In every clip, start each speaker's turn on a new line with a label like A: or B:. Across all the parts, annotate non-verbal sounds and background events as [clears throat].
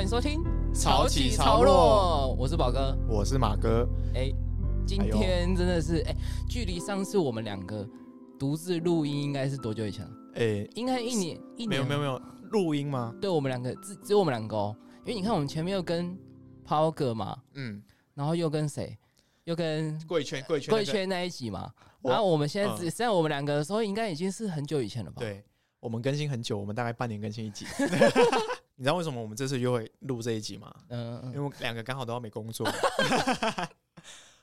A: 迎收听《
B: 潮起潮
A: 落》，我是宝哥。
B: 我是马哥，
A: 哎，今天真的是哎，距离上次我们两个独自录音应该是多久以前啊？
B: 哎、
A: 应该一年一年
B: 没有没有没有录音吗？
A: 对我们两个只只有我们两个哦，因为你看我们前面又跟抛哥嘛，
B: 嗯，
A: 然后又跟谁，又跟
B: 贵圈贵圈那
A: 贵
B: 个
A: 圈那一集嘛，
B: 我
A: 然后我们现在只现
B: 嗯
A: 在我们两个的时候，应该已经是很久以前了吧？，
B: 对，我们更新很久，我们大概半年更新
A: [laughs]
B: 一集。你知道为什么我们这次就会录这一集吗？
A: 嗯
B: 因
A: 嗯
B: 为
A: 嗯，
B: 我两个刚好都要没工
A: [laughs]
B: 作。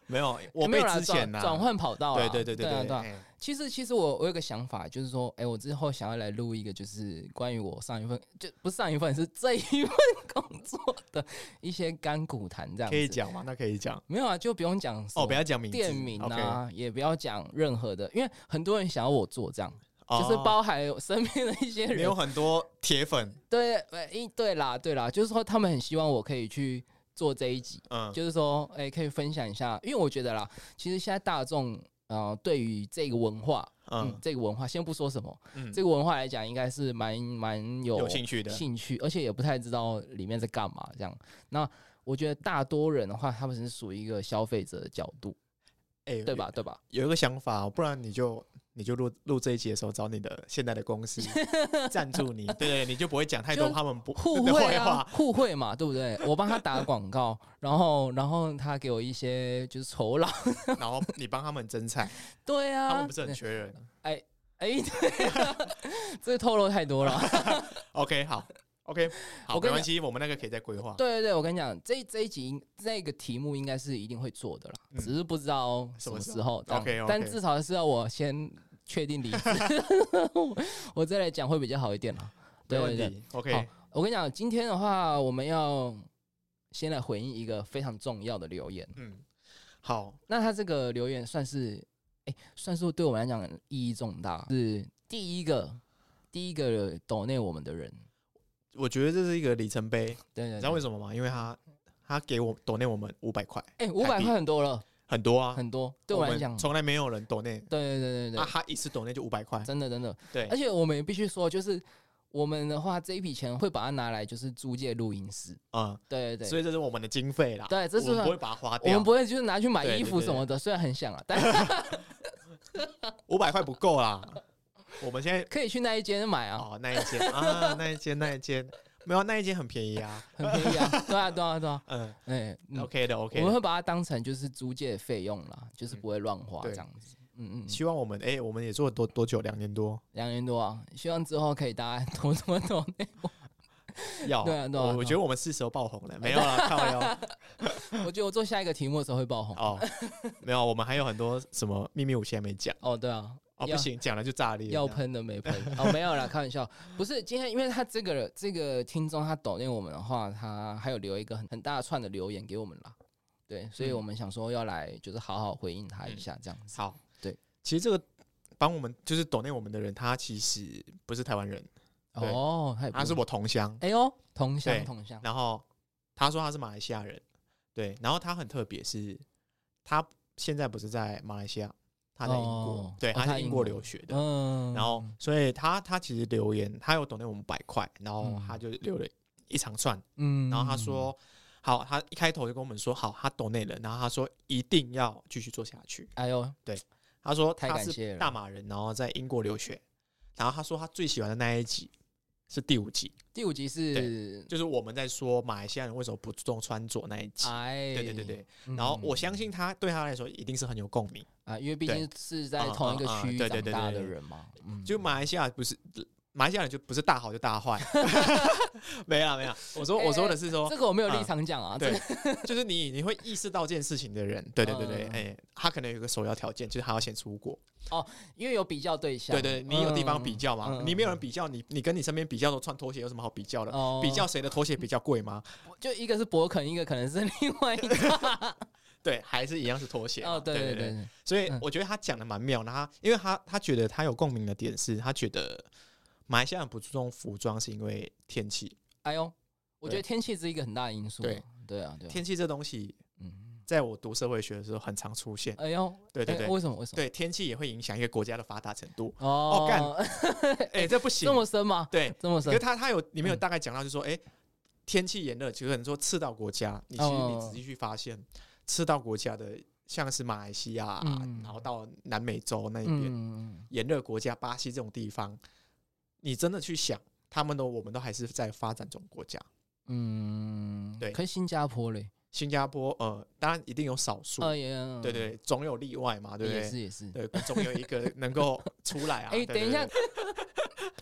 B: 没有，我
A: 没
B: 被
A: 有啦
B: 之前呐、
A: 转转换跑道啦，
B: 对对对对
A: 对啊啊
B: 对，哎
A: 其实，其实我我有个想法，就是说，哎、我之后想要来录一个，就是关于我上一份，就不是上一份，是这一份工作的一些干股谈，这样子
B: 哎可以。讲吗？那可以讲
A: 没有啊，就不用讲什么
B: 哦，不要讲名字
A: 店名
B: OK，
A: 啊也不要讲任何的，因为很多人想要我做这样，
B: 哦
A: 就是包含我身边的一些
B: 没有
A: 人，
B: 很多铁粉，
A: 对，呃一对啦，对啦，就是说他们很希望我可以去做这一集，
B: 嗯，
A: 就是说，哎、可以分享一下，因为我觉得啦，其实现在大众呃对于这个文化。嗯
B: 嗯，
A: 这个文化先不说什么，
B: 嗯
A: 这个文化来讲，应该是蛮蛮有
B: 有兴趣的
A: 兴趣，而且也不太知道里面在干嘛这样。那我觉得大多人的话，他们是属于一个消费者的角度，
B: 哎、
A: 对吧？？对吧？
B: 有一个想法，不然你就你就录录这一集的时候找你的现在的
A: [laughs]
B: 公司赞助你，对对，你就不会讲太多
A: 就
B: 他们不
A: 互
B: 的
A: 惠
B: 坏
A: 啊
B: 话，，
A: 互惠嘛，对不对？我帮他打广告，然后然后他给我一些就是酬劳，
B: 然后你帮他们
A: [laughs]
B: 增菜，
A: 对
B: 他
A: 啊
B: 们不，是很缺人。
A: 哎，对啊， [laughs] 这个透露太多了。
B: OK，好，OK，好，
A: 我跟
B: 没
A: 你
B: 关系，我们那个可以再规划。
A: 对对对，我跟你讲，这这一集应这个题目应该是一定会做的啦，
B: 嗯
A: 只是不知道
B: 什
A: 什
B: 么
A: 么
B: 时
A: 时候。这样
B: OK，OK
A: 但至少是要我先确定离
B: [laughs]
A: 职，我再来讲会比较好一点啦。
B: 没
A: 对
B: 问
A: 对对，
B: 题。OK，
A: 好我跟你讲，今天的话我们要先来回应一个非常重要的留言。
B: 嗯，好，
A: 那他这个留言算是，哎、算是对我们来讲意义重大，是第一个第一个抖内我们的人。
B: 我觉得这是一个里程碑，
A: 对
B: 你
A: 对
B: 知道为
A: 对，
B: 什么吗？因为他他给我抖内我们五百块，
A: 哎，五百块很多了，
B: 很多啊，
A: 很多，对我来
B: 们
A: 讲，对
B: 从来没有人抖内，
A: 对对对对
B: 啊，，他一次抖内就五百块，
A: 真的真的，
B: 对
A: 而，且我们也必须说，就是我们的话，这一笔钱会把它拿来就是租借录音室，
B: 嗯，
A: 对对
B: 所
A: 对，
B: 以这是我们的经费啦，
A: 对这是
B: 我们不会把它花
A: 我
B: 掉
A: 们，不会就是拿去买
B: 对
A: 衣
B: 对
A: 服
B: 对
A: 什么的，虽然很想啊，但
B: 五百块不够啦，我们现在
A: 可以去那一间买
B: [laughs]
A: 啊，
B: 哦，那一间啊，那一间，那一间，没有，那一间很便宜啊。
A: 很便宜啊，对啊对啊对啊，
B: 嗯
A: 哎，嗯
B: ，OK 的
A: 我们
B: ，OK 嗯
A: 会
B: 的。
A: 把它当成就是租借费用啦，就是不会乱花这样子，嗯嗯，嗯
B: 希望我们哎、我们也做了多多久？两年多，
A: 两年多啊，希望之后可以大家 [laughs] 多多多内，
B: 要
A: 对啊对啊
B: 我我
A: 对啊
B: 觉得我们是时候爆红了，没
A: [laughs]
B: 有啦，靠腰
A: 我觉得我做下一个题目的时候会爆红，
B: 哦，没有，我们还有很多什么秘密武器还没讲
A: 哦对啊，
B: 哦，不
A: 要
B: 行，讲了就炸裂。
A: 要喷的没喷哦，没有啦，开玩笑，不是今天，因为他这个这个听众他抖念我们的话，他还有留一个很很大串的留言给我们啦，对，所以
B: 嗯
A: 我们想说要来就是好好回应他一下这样子，
B: 好，
A: 对，
B: 其实这个帮我们就是懂内我们的人，他其实不是台湾人，对
A: 哦，他也不
B: 他是我同乡，
A: 哎呦同乡
B: 对
A: 同乡，
B: 然后他说他是马来西亚人，对，然后他很特别是，他现在不是在马来西亚，他在英国，
A: 哦
B: 对，
A: 哦
B: 他
A: 他
B: 是
A: 在
B: 英
A: 英
B: 国
A: 国
B: 留学的，
A: 嗯
B: 然后所以他他其实留言，他有懂得我们百块，然后
A: 嗯
B: 他就留了一长串，
A: 嗯
B: 然后他说。好，他一开头就跟我们说，好，他懂内了，然后他说一定要继续做下去。
A: 哎呦
B: 他说
A: 太
B: 他
A: 感谢
B: 是
A: 了
B: 大马人，然后在英国留学，然后他说他最喜欢的那一集是第五集，
A: 第五集是
B: 就是我们在说马来西亚人为什么不注重穿着那一集。
A: 哎，
B: 对对对对，
A: 嗯，
B: 然后我相信他对他来说一定是很有共鸣。
A: 啊，因为毕
B: 对
A: 竟是在
B: 嗯
A: 同一个
B: 嗯嗯
A: 区域
B: 对
A: 长
B: 对对
A: 大
B: 对
A: 的
B: 对
A: 人嘛，嗯
B: 就马来西亚不是马来西亚人就不是大好就大
A: [laughs]
B: 坏，没啦没啦。我说
A: 哎
B: 我说的是说
A: 这，个我没有立
B: 嗯
A: 场讲啊，这
B: 对，就是你你会意识到这件事情的人，对对对对，
A: 嗯
B: 哎，他可能有一个首要条件就是他要先出国，
A: 因为有比较对象，
B: 对对，你有地方比
A: 嗯
B: 较嘛
A: 嗯，
B: 你没有人比较，你你跟你身边比较都穿拖鞋有什么好比较的？
A: 哦
B: 比较谁的拖鞋比较贵吗？
A: 就一个是勃肯，一个可能是另外
B: [laughs]
A: 一个。
B: 对，还是一样是拖鞋嘛。
A: 哦，对对
B: 对
A: 对，
B: 所以
A: 嗯
B: 我觉得他讲的蛮妙的，他因为他他觉得他有共鸣的点是，他觉得马来西亚人不注重服装是因为天气，
A: 哎呦，我觉得天气是一个很大的因素啊。
B: 对
A: 对啊，对啊，
B: 天气这东西
A: 嗯，
B: 在我读社会学的时候很常出现，
A: 哎呦，
B: 对对
A: 哎
B: 对
A: 为什么为什么？
B: 对，天气也会影响一个国家的发达程度，
A: 哦
B: 哦干，哎，这不
A: [laughs]
B: 行
A: 这，么深吗？嗯
B: 对，
A: 这么
B: 可是
A: 深？
B: 他他有里面有大概讲到，就说，哎，天气炎热，就可能说赤道国家，你其实
A: 哦
B: 你仔细去发现，赤道国家的像是马来西亚啊、
A: 嗯
B: 然后到南美洲那一边、
A: 嗯，
B: 炎热国家，巴西这种地方，你真的去想，他们都我们都还是在发展中国家。
A: 嗯，
B: 对
A: 可是新加坡嘞，
B: 新加坡呃，当然一定有少数，
A: 哎呀，
B: 对对，总有例外嘛，对不
A: 也
B: 对？
A: 是也是。
B: 对，总有一个能够
A: [laughs]
B: 出来啊。
A: 哎，
B: 对
A: 等一，
B: 对
A: 下
B: 对，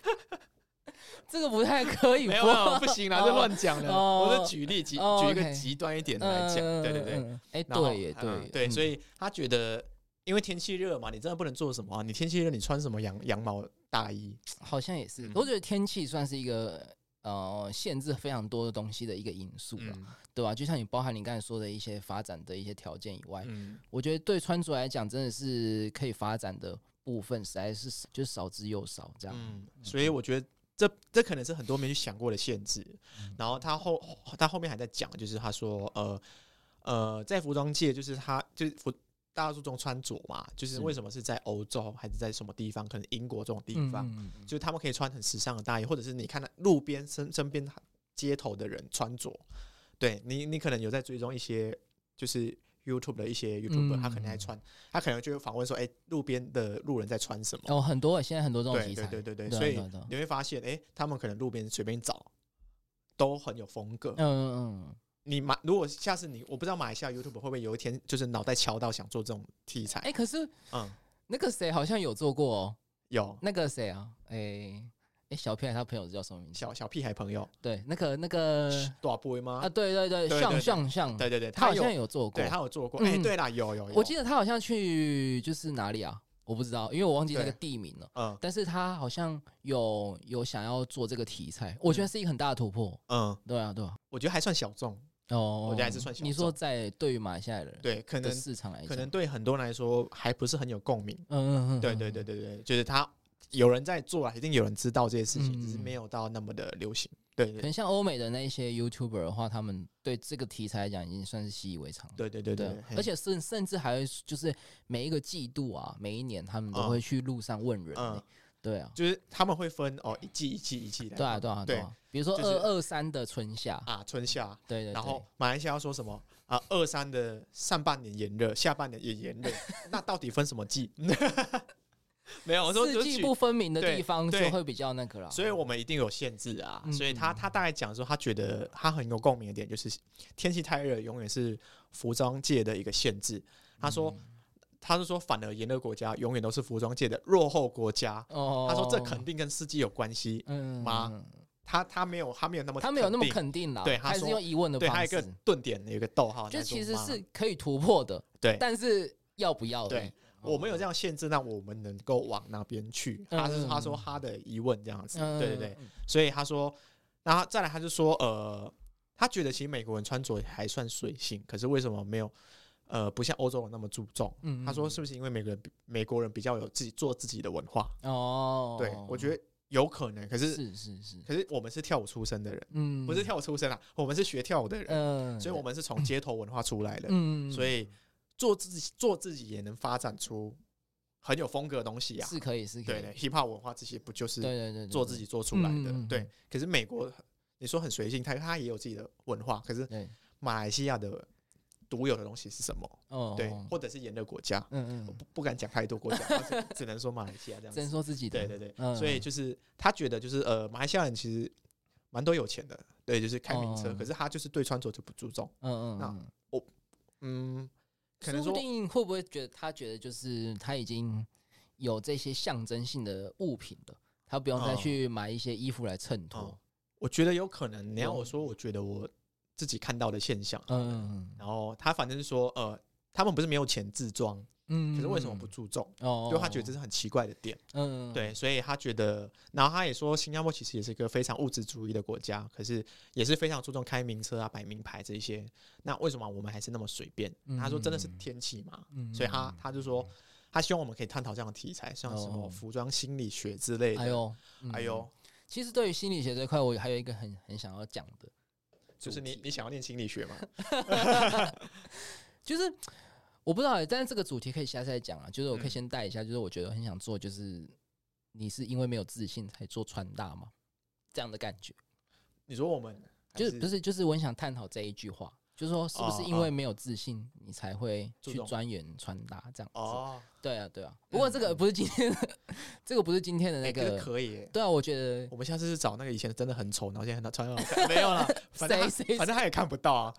A: 这个不太可以
B: [laughs] 没
A: 播，
B: 有没有，不行啦，
A: [laughs] 哦
B: 这乱讲的。
A: 哦
B: 我是举例极
A: 哦
B: 举一个
A: OK
B: 极端一点的来
A: 嗯
B: 讲，对对，对。
A: 嗯嗯哎，
B: 然后
A: 对耶，对
B: 嗯
A: 耶
B: 对，所
A: 以
B: 以他觉得，因为天气热嘛，你真的不能做什么啊。你天气热，你穿什么羊羊毛大衣？
A: 好像也是
B: 嗯，
A: 我觉得天气算是一个呃限制非常多的东西的一个因素了，
B: 嗯
A: 对吧？就像你包含你刚才说的一些发展的一些条件以外，
B: 嗯，
A: 我觉得对穿着来讲，真的是可以发展的部分，实在是就是少之又少这样。
B: 嗯，所以我觉得这这可能是很多没去想过的限制。
A: 嗯
B: 然后他后他后面还在讲，就是他说呃呃，在服装界就是他就是服大家注重穿着嘛，就是
A: 是
B: 为什么是在欧洲还是在什么地方，可能英国这种地方，
A: 嗯
B: 就是他们可以穿很时尚的大衣，或者是你看到路边身身边街头的人穿着，对你你可能有在追踪一些就是 YouTube 的一些 YouTuber，、他
A: 嗯
B: 可能在穿，他可能就会访问说，哎、路边的路人在穿什么？
A: 哦，很多现在很多这种
B: 对
A: 题
B: 对
A: 材，
B: 对对对，
A: 对啊
B: 所以
A: 对啊对啊
B: 你会发现，哎、他们可能路边随便找都很有风格。
A: 嗯嗯
B: 你马如果下次你我不知道马来西亚 YouTube 会不会有一天就是脑袋敲到想做这种题材，
A: 哎、可是
B: 嗯，
A: 那个谁好像有做过哦，
B: 有
A: 那个谁啊，哎、哎、小屁孩他朋友叫什么名字？
B: 小小屁孩朋友
A: 对，那个那个
B: 大波吗？
A: 啊，对对对，
B: 对对
A: 像
B: 对
A: 像像，
B: 对对对，
A: 他好
B: 有
A: 像有做过
B: 对，他有做过，
A: 嗯
B: 哎、对啦，有有有，
A: 我记得他好像去就是哪里啊，我不知道，因为我忘记那个
B: 对
A: 地名了。
B: 嗯
A: 但是他好像有有想要做这个题材，我觉得是一个很大的突破。
B: 嗯，
A: 对啊，对啊。
B: 我觉得还算小众，
A: 哦，
B: 我觉得还是算小众
A: 你说在对于马来西亚人
B: 对，可
A: 的
B: 能
A: 市场来讲，嗯
B: 可能对很多人来说还不是很有共鸣，
A: 嗯嗯嗯，
B: 对对对对对，就是他有人在做啊，一定有人知道这些事情，
A: 嗯
B: 只是没有到那么的流行，对
A: 可
B: 对
A: 能像欧美的那一些 YouTuber 的话，他们对这个题材来讲已经算是习以为常了。
B: 对对对
A: 对
B: 对
A: 啊，，
B: 嘿
A: 而且甚甚至还会就是每一个季度啊，每一年他们都
B: 嗯
A: 会去路上问人
B: 嗯
A: 欸。对啊，
B: 就是他们会分哦一季一季一季来
A: 对啊，
B: 放，
A: 对啊，
B: 对
A: 对啊。比如说
B: 就是
A: 二二三的春夏，
B: 啊春夏，
A: 对对对，
B: 然后马来西亚说什么啊二三的上半年炎热，下半年
A: [laughs]
B: 也炎热，那到底分什么 [laughs] 季？没有，我说
A: 四
B: 就
A: 季
B: 举
A: 不分明的
B: 对
A: 地方
B: 对
A: 就会比较那个啦。
B: 所以我们一定有限制啊。
A: 嗯
B: 所以他他大概讲说，他觉得他很有共鸣的点就是天气太热，永远是服装界的一个限制。他说，
A: 嗯
B: 他是说，反而炎热国家永远都是服装界的落后国家。
A: 哦，
B: 他说这肯定跟四季有关系。
A: 嗯
B: 吗？他他没有他没有那么
A: 他没有那么
B: 定，
A: 肯定啦，
B: 对他
A: 还是
B: 说
A: 用疑问的
B: 对，他
A: 方
B: 有一个
A: 式，
B: 顿点，有一个逗号，
A: 就
B: 那种
A: 其实
B: 吗
A: 是可以突破的，
B: 啊对
A: 但是要不要而已？
B: 对。我们有这样限制，那我们能够往哪边去？
A: 嗯
B: 他是他说他的疑问这样子，
A: 嗯，
B: 对对对。所以他说，然后再来他就说，呃，他觉得其实美国人穿着还算随性，可是为什么没有呃不像欧洲人那么注重？
A: 嗯，嗯
B: 他说是不是因为美国人比美国人比较有自己做自己的文化？
A: 哦，
B: 对，我觉得有可能，可是
A: 是是是，
B: 可是我们是跳舞出身的人，
A: 嗯，
B: 不是，跳舞出身啊，我们是学跳舞的人，
A: 嗯，
B: 所以我们是从街头文化出来的，
A: 嗯，
B: 所以做自己做自己也能发展出很有风格的东西呀、
A: 是可以是可
B: 对
A: 以
B: 对，，hiphop 文化这些不就是
A: 对对对，
B: 做自己做出来的。
A: 嗯嗯嗯
B: 对，可是美国你说很随性，它它也有自己的文化，可是
A: 对，对
B: 马来西亚的独有的东西是什么？
A: 哦，
B: 对，
A: 哦
B: 或者是沿着国家，
A: 嗯
B: 我
A: 嗯，
B: 不不敢讲太多国家，我只只能说马来西亚这样
A: 真
B: 子。
A: 说自己的，
B: 对对对，
A: 嗯
B: 所以就是他觉得就是呃，马来西亚人其实蛮多有钱的，对，就是开名车，
A: 哦
B: 可是他就是对穿着就不注重，
A: 嗯嗯
B: 那
A: 嗯，
B: 嗯，可能
A: 说
B: 说
A: 不定会不会觉得他觉得就是他已经有这些象征性的物品了，他不用再
B: 哦
A: 去买一些衣服来衬托
B: 哦。我觉得有可能。你要
A: 嗯
B: 我说，我觉得我自己看到的现象，
A: 嗯嗯
B: 然后他反正是说呃，他们不是没有钱自装，
A: 嗯
B: 可是为什么不？注重？
A: 哦，
B: 就他觉得这是很奇怪的点，
A: 嗯，
B: 对，所以他觉得，然后他也说，新加坡其实也是一个非常物质主义的国家，可是也是非常注重开名车啊、摆名牌这一些。那为什么我们还是那么随便？
A: 嗯
B: 他说真的是天气嘛，
A: 嗯
B: 所以他他就说，他希望我们可以探讨这样的题材，像什么
A: 哦
B: 服装心理学之类的。
A: 哎呦，
B: 哎呦，，
A: 其实对于心理学这块，我还有一个很很想要讲的，嗯
B: 就是你你想要念心理学嘛？
A: 就是我不知道欸，但是这个主题可以下次再讲啊。就是我可以先带一下，就是我觉得很想做，就是你是因为没有自信才做穿搭吗？这样的感觉，
B: 你说我们
A: 就
B: 还
A: 是不是就是我很想探讨这一句话，就是说是不是因为没有自信，你才会
B: 注
A: 去
B: 重
A: 钻研穿搭这样子？
B: 哦，
A: 对啊，对啊。不过这个不是今天的， [laughs] 这个不是今天的那
B: 哎这
A: 个。
B: 可以耶。
A: 对啊，我觉得
B: 我们下次是找那个以前真的很丑，然后现在很穿很好
A: [laughs]
B: 看，没有了，反正他
A: 谁谁
B: 反正他也看不到啊，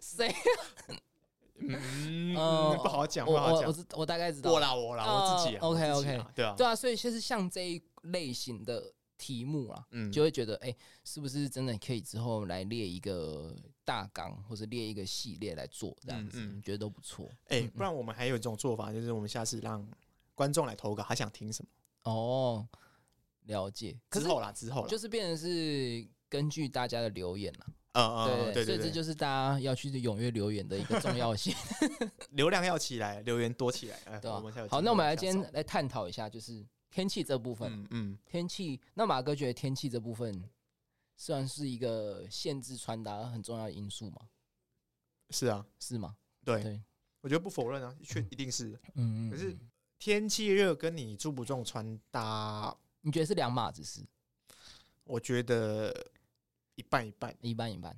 A: 谁
B: 嗯，
A: 呃
B: 不好讲，
A: 我
B: 不好
A: 我我
B: 讲，
A: 知我大概知道
B: 我。啦我啦，我自己啊
A: 哦
B: 我自己啊
A: OK，OK
B: 对啊，
A: 对啊，所以就是像这一类型的题目啦，
B: 嗯，
A: 就会觉得哎、是不是真的可以之后来列一个大纲，或者列一个系列来做这样子？
B: 嗯嗯
A: 觉得都不错
B: 哎，不然我们还有一种做法，就是我们下次让观众来投稿，他想听什么，
A: 哦。了解，可
B: 之
A: 是
B: 后啦，之后啦，
A: 就是变成是根据大家的留言啦，
B: 嗯嗯，
A: 对
B: 对
A: 所以这
B: 对对，
A: 就是大家要去踊跃留言的一个重要
B: [laughs]
A: 性，
B: 流量要起来，留言多起来，哎
A: 对
B: 我们才
A: 吧
B: 有？
A: 好，
B: 机
A: 那我
B: 会
A: 们
B: 往
A: 来
B: 下
A: 今
B: 走
A: 天来探讨一下，就是天气这部分。
B: 嗯嗯，
A: 天气，那马哥觉得天气这部分虽然是一个限制穿搭很重要的因素嘛，
B: 是啊，
A: 是吗？
B: 对，
A: 对，
B: 我觉得不否认啊，确一定是
A: 嗯嗯
B: 可是
A: 嗯
B: 天气热跟你注不重穿搭，
A: 你觉得是两码子事，
B: 我觉得一半一半，
A: 一半一半。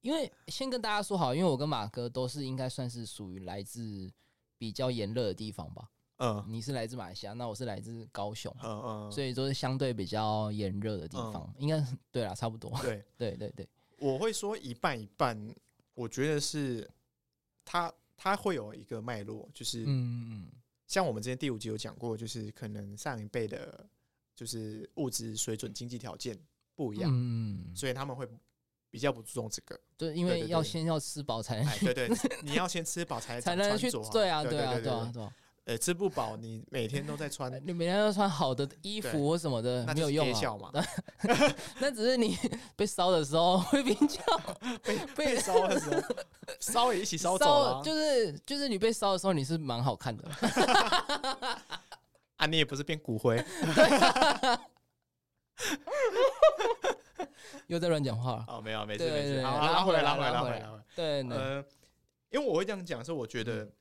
A: 因为先跟大家说好，因为我跟马哥都是应该算是属于来自比较炎热的地方吧。
B: 嗯
A: 你是来自马来西亚，那我是来自高雄，
B: 嗯嗯，
A: 所以都是相对比较炎热的地方。应该是对啦，差不多。 [laughs]
B: 对，
A: 对对对，
B: 我会说一半一半，我觉得是它它会有一个脉络，就是
A: 嗯嗯
B: 像我们之前第五集有讲过，就是可能上一辈的，就是物质水准、经济条件不一
A: 嗯
B: 样，
A: 嗯，嗯
B: 所以他们会比较不注重这个。
A: 对，因
B: 对
A: 为
B: 对
A: 要
B: 对
A: 先要吃饱才能
B: 哎，对对，你要先吃饱才
A: [laughs] 才能去
B: 懂穿着
A: 对啊对啊
B: 对
A: 对啊，对啊。
B: 呃，吃不饱你每天都在穿
A: 呃，你每天都穿好的衣
B: 对
A: 服或什么的，
B: 那
A: 没
B: 就
A: 有
B: 是
A: 用
B: 憋
A: 啊。
B: 笑嘛。
A: 那只是你 [laughs] 被烧的时候会比较
B: 被
A: 被
B: 被烧的时候，
A: [laughs]
B: 烧也一起烧走了啊、
A: 烧，就是就是你被烧的时候你是蛮好看的。
B: 啊，你也不是变
A: [laughs]
B: 骨灰
A: 又在乱讲话了。
B: 哦，没有，没事
A: 对
B: 没
A: 对
B: 事，
A: 对
B: 好，
A: 拉
B: 拉
A: 回
B: 回
A: 来
B: 来，拉回来，
A: 拉
B: 拉
A: 回
B: 回
A: 来嗯
B: 来，拉回来
A: 对，对
B: 呃，因为我会这样讲，是我觉
A: 嗯
B: 得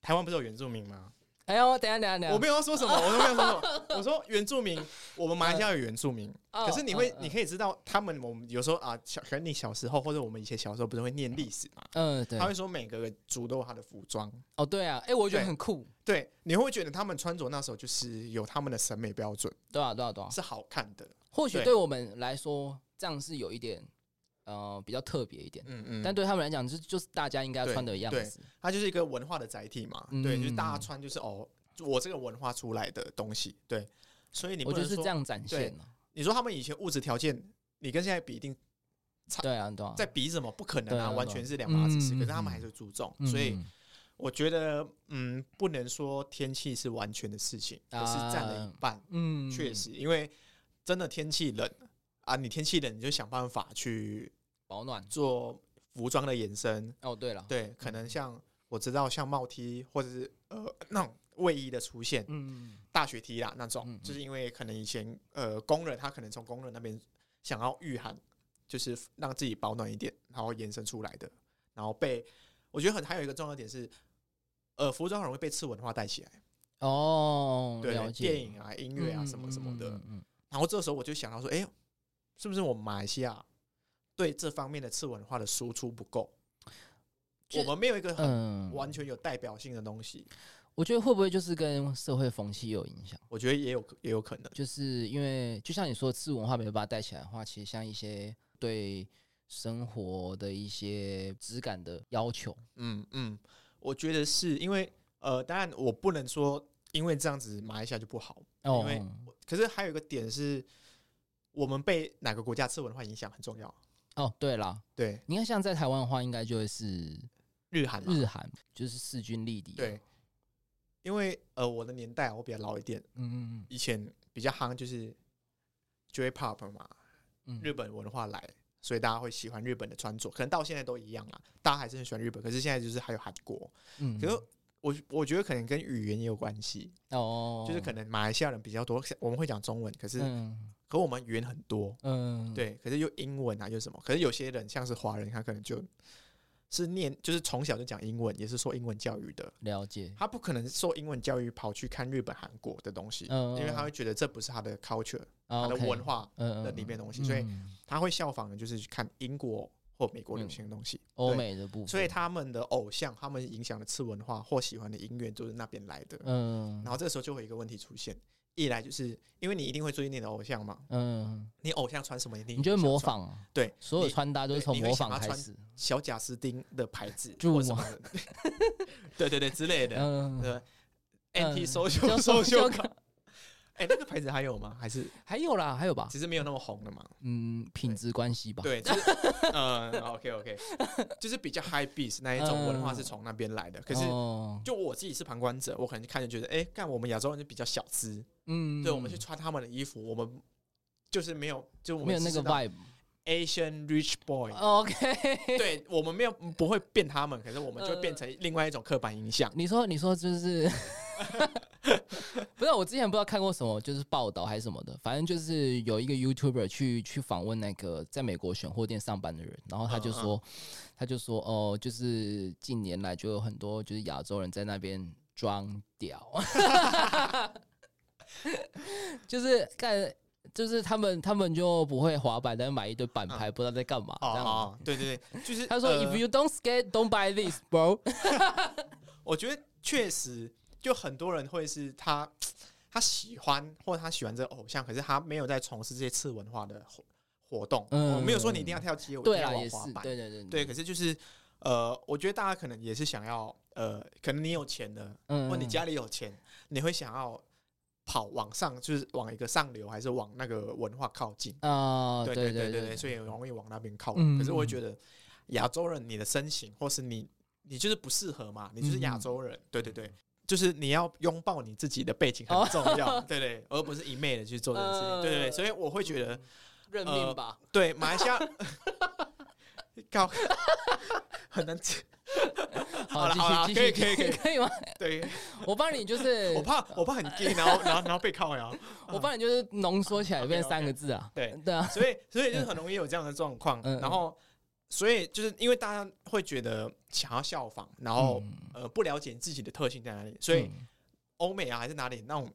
B: 台湾不是有原住民吗？
A: 哎呀，我等一下等一下等一下，
B: 我没有要说什么，我都没有说什
A: [laughs]
B: 么，我说原住民，我们马来西亚有原住民，
A: 哦，
B: 可是你会
A: 嗯，
B: 你可以知道他们，我们有时候啊，小可能你小时候或者我们以前小时候不是会念历史嘛，
A: 嗯嗯对
B: 他，会说每个族都有他的服装。
A: 哦对啊，哎，我觉得
B: 对
A: 很酷，
B: 对，你会觉得他们穿着那时候就是有他们的审美标准，
A: 对啊对啊对啊。
B: 是好看的。
A: 或许
B: 对
A: 对我们来说，这样是有一点呃比较特别一点，
B: 嗯嗯，
A: 但对他们来讲，就就是大家应该要
B: 对
A: 穿的样
B: 对
A: 子。
B: 它就是一个文化的载体嘛，
A: 嗯
B: 对，就是大家穿就是哦，我这个文化出来的东西，对，所以你不
A: 我觉
B: 能
A: 得是
B: 说
A: 这，样展
B: 对
A: 现的。啊
B: 你说他们以前物质条件，你跟现在比一定
A: 对啊对啊，
B: 在比什么？不可能
A: 对啊
B: 啊，
A: 对啊
B: 完全是两码子事。
A: 嗯嗯
B: 可是他
A: 嗯
B: 们还是注重，
A: 嗯
B: 所以
A: 嗯
B: 我觉得，嗯，不能说天气是完全的事情，可是占了一半，
A: 嗯
B: 确
A: 嗯
B: 实，因为真的天气冷啊，你天气冷你就想办法去
A: 保暖。
B: 做服装的延伸，
A: 哦对了，
B: 对，可能像我知道像帽 T 或者是呃那种卫衣的出现，
A: 嗯，
B: 大学 T 啦那种，
A: 嗯嗯
B: 就是因为可能以前呃工人他可能从工人那边想要御寒，就是让自己保暖一点，然后延伸出来的，然后被我觉得很还有一个重要点是。呃，服装很容易被次文化带起来，
A: 哦，了
B: 对，
A: 解，
B: 电影啊、音乐啊什么什么
A: 嗯
B: 的。
A: 嗯嗯
B: 然后这时候我就想到说，哎、是不是我们马来西亚对这方面的次文化的输出不够？
A: 就
B: 我们没有一个很
A: 嗯，
B: 完全有代表性的东西，
A: 我觉得会不会就是跟社会风气有影响？
B: 我觉得也有可也有可能。
A: 就是因为就像你说，次文化没有办法带起来的话，其实像一些对生活的一些质感的要求，
B: 嗯嗯，我觉得是因为呃，当然我不能说因为这样子马来西亚就不好，
A: 哦
B: 因，为可是还有一个点是，我们被哪个国家次文化影响很重要。
A: 哦，对啦，
B: 对，
A: 你看像在台湾的话，应该就会是
B: 日韩嘛，
A: 日韩，就是势均力敌，
B: 对，，因为呃，我的年代我比较老一点，
A: 嗯嗯
B: 以前比较夯就是 J-pop 嘛，
A: 嗯，
B: 日本文化来，所以大家会喜欢日本的穿着，可能到现在都一样啦，大家还是很喜欢日本，可是现在就是还有韩国，
A: 嗯，
B: 可是我我觉得可能跟语言也有关系，
A: 哦，
B: 就是可能马来西亚人比较多，像我们会讲中文，可是、
A: 嗯
B: 可我们语言很多，
A: 嗯，
B: 对，可是又英文啊，又什么？可是有些人像是华人，他可能就是念就是从小就讲英文，也是受英文教育的，
A: 了解，
B: 他不可能受英文教育跑去看日本、韩国的东西，
A: 嗯
B: 因为他会觉得这不是他的 culture，
A: 啊
B: 他的
A: OK，
B: 文化
A: 嗯
B: 的
A: 嗯
B: 里面的东西，
A: 嗯
B: 所以
A: 嗯
B: 他会效仿的就是去看英国或美国流行的东西，
A: 欧
B: 对
A: 美的部分，
B: 所以他们的偶像、他们影响的次文化或喜欢的音乐都是那边来的。
A: 嗯
B: 然后这时候就会有一个问题出现，一来就是因为你一定会注意你的偶像嘛，
A: 嗯，
B: 你偶像穿什么，你一定
A: 你就会
B: 想
A: 模
B: 穿
A: 仿啊，
B: 对
A: 所有
B: 你
A: 穿搭都是
B: 对
A: 从
B: 你会
A: 模
B: 想
A: 仿
B: 要
A: 开
B: 穿
A: 始，
B: 小贾斯汀的牌
A: [laughs]
B: 子
A: 注
B: 或什么的， [laughs] 对对对之类的，
A: 嗯，
B: 对啊
A: 嗯 [laughs]
B: ，anti
A: 叫
B: social
A: 什么
B: social，
A: 叫
B: 哎，那个牌子还有吗？还是
A: 还有啦，还有吧，
B: 只是没有那么红了嘛？
A: 嗯，品质关系吧，，
B: 对，就是 [laughs] 嗯，OK OK，就是比较 high beats 那一种文化是从那边来的，可是。
A: 嗯哦、
B: 就我自己是旁观者，我可能就看着觉得，哎、干我们亚洲人就比较小资，
A: 嗯，
B: 对，我们去穿他们的衣服，我们就是没有，就我们
A: 没有那
B: 只
A: 个
B: 知道
A: vibe。
B: Asian rich boy，、
A: 哦 OK，
B: 对我们没有不会变他们，可是我们就会变成另外一种刻板印象。
A: 你说你说就是，不是我之前不知道看过什么，就是报道还是什么的，反正就是有一个 YouTuber 去去访问那个在美国选货店上班的人，然后他就
B: 嗯
A: 说，他就说哦，就是近年来就有很多就是亚洲人在那边装屌， [laughs] 就是干。就是他们，他们就不会滑板，但是买一堆板牌，不知道在干嘛。
B: 哦
A: 这样，
B: 哦，对对对，就是
A: 他说
B: 呃
A: ：“If you don't skate, don't buy this,
B: [laughs]
A: bro。
B: 我觉得确实就很多人会是他他喜欢或者他喜欢这个偶像，可是他没有在从事这些次文化的活活动。
A: 嗯
B: 我没有说你一定要跳街舞，”
A: 对
B: 啊，
A: 啦，
B: 玩
A: 也
B: 滑
A: 是，
B: 板，
A: 对对对
B: 对，可是就是呃，我觉得大家可能也是想要呃，可能你有钱的，
A: 嗯
B: 或你家里有钱，你会想要跑往上，就是往一个上流，还是往那个文化靠近？
A: 啊，
B: 对
A: 对
B: 对
A: 对
B: 对，所以很容易往那边靠
A: 嗯
B: 拢。可是我会觉得亚洲人，你的身形或是你，你就是不适合
A: 嗯
B: 嘛，你就是亚洲人。对对对。就是你要拥抱你自己的背景
A: 哦嗯
B: 很重要， [laughs] 对对，而不是一昧的去做这件事情，对对对，所以我会觉得，
A: 认
B: 命
A: 命 [laughs] 吧，
B: 对马来西亚 [laughs] 搞 [laughs] 很难 [laughs] 吃，好了
A: 继
B: 好了
A: 续继续，
B: 可以可以可以
A: [laughs] 可以吗？
B: 对，
A: 我帮你就是，
B: [laughs] 我怕我怕很低，然后然后然后被靠呀，
A: 我帮你就是浓缩起
B: [laughs]
A: 来变三个字啊，
B: 对
A: 对啊，
B: 所以所以就是很容易有这样的状况
A: 嗯嗯，
B: 然后所以就是因为大家会觉得想要效仿，然后
A: 嗯，
B: 呃不了解自己的特性在哪里，所以
A: 嗯
B: 欧美啊还是哪里那种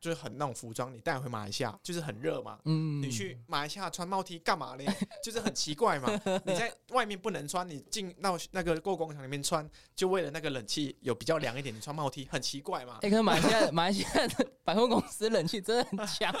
B: 就是很那种服装，你带回马来西亚就是很热嘛。
A: 嗯
B: 你去马来西亚穿帽 T 干嘛呢？ [laughs] 就是很奇
A: [laughs]
B: 怪嘛。你在外面不能穿，你进到那个过工厂里面穿，就为了那个冷气有比较凉一点，你穿帽 T 很奇怪嘛。
A: 哎，可是马来西亚马来西亚的 [laughs] 百货公司冷气真的很
B: [laughs]
A: 强，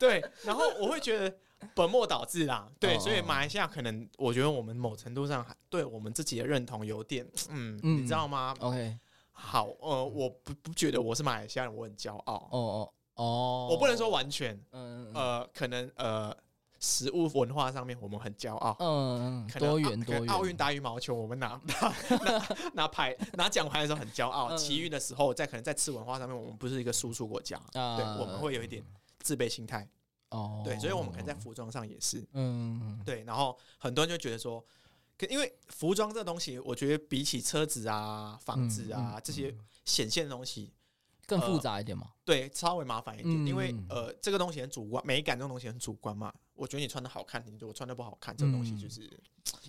B: 对，然后我会觉得本末倒置啦。对，
A: 哦
B: 所以马来西亚可能我觉得我们某程度上还对我们自己的认同有点，嗯，
A: 嗯
B: 你知道吗？
A: OK，
B: 好，呃，我不不觉得我是马来西亚人，我很骄傲。
A: 哦哦哦，
B: 我不能说，完全，
A: 嗯嗯
B: 呃，可能呃，食物文化上面我们很骄傲。
A: 嗯，嗯
B: 可能
A: 多
B: 啊
A: 元
B: 可
A: 多
B: 能
A: 元，
B: 奥运打羽毛球，我们拿 [laughs] 拿拿拿牌拿奖牌的时候很骄傲，
A: 嗯
B: 其余的时候在可能在吃文化上面，我们不是一个输出国家，
A: 啊
B: 对，我们会有一点自卑心态，
A: 嗯哦，
B: 对，所以我们可能在服装上也是，
A: 嗯，嗯
B: 对，然后很多人就觉得说，可因为服装这东西，我觉得比起车子啊、房子啊、
A: 嗯嗯
B: 这些显现的东西，
A: 更
B: 呃
A: 复杂一点嘛，
B: 对，稍微麻烦一点，
A: 嗯
B: 因为
A: 嗯
B: 呃，这个东西很主观，美感这种东西很主观嘛。我觉得你穿的好看，你如果穿的不好看，这个东西
A: 嗯
B: 就是、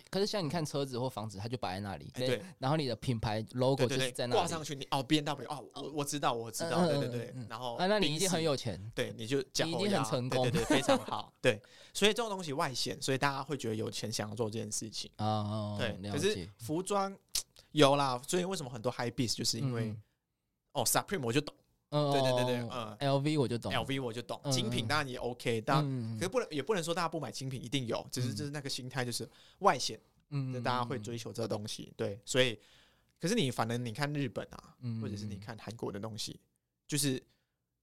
A: 可是像你看车子或房子，它就摆在那里，
B: 哎对，
A: 然后你的品牌 logo
B: 对
A: 就
B: 对
A: 是
B: 对
A: 在那里
B: 挂上去你，哦，B N W 哦，我我知道，我知道，
A: 嗯
B: 对对
A: 嗯
B: 对，
A: 嗯嗯
B: 然后
A: 啊，那你一定
B: Benz
A: 很有钱，
B: 对，你就讲
A: 你已经很成功
B: 对对对，非常
A: [laughs]
B: 好，对，所以这种东西外显，所以大家会觉得有钱想要做这件事情，
A: 啊，
B: 对
A: 了，
B: 可
A: 解
B: 是服装有啦，所以为什么很多 high beast 就是因为、哦，Supreme 我就懂
A: 嗯，
B: 对
A: 对
B: 对对对嗯
A: ，LV 我就懂
B: ，LV 我就懂，
A: 嗯
B: 精
A: 嗯
B: 品当然也 OK，但、
A: 嗯
B: 可是不能也不能说大家不买精品一定有，只是
A: 嗯
B: 就是那个心态就是外显，
A: 嗯
B: 就大家会，追求这个东西，对，所以可是你反正你看日本啊，
A: 嗯
B: 或者是你，看韩国的东西，就是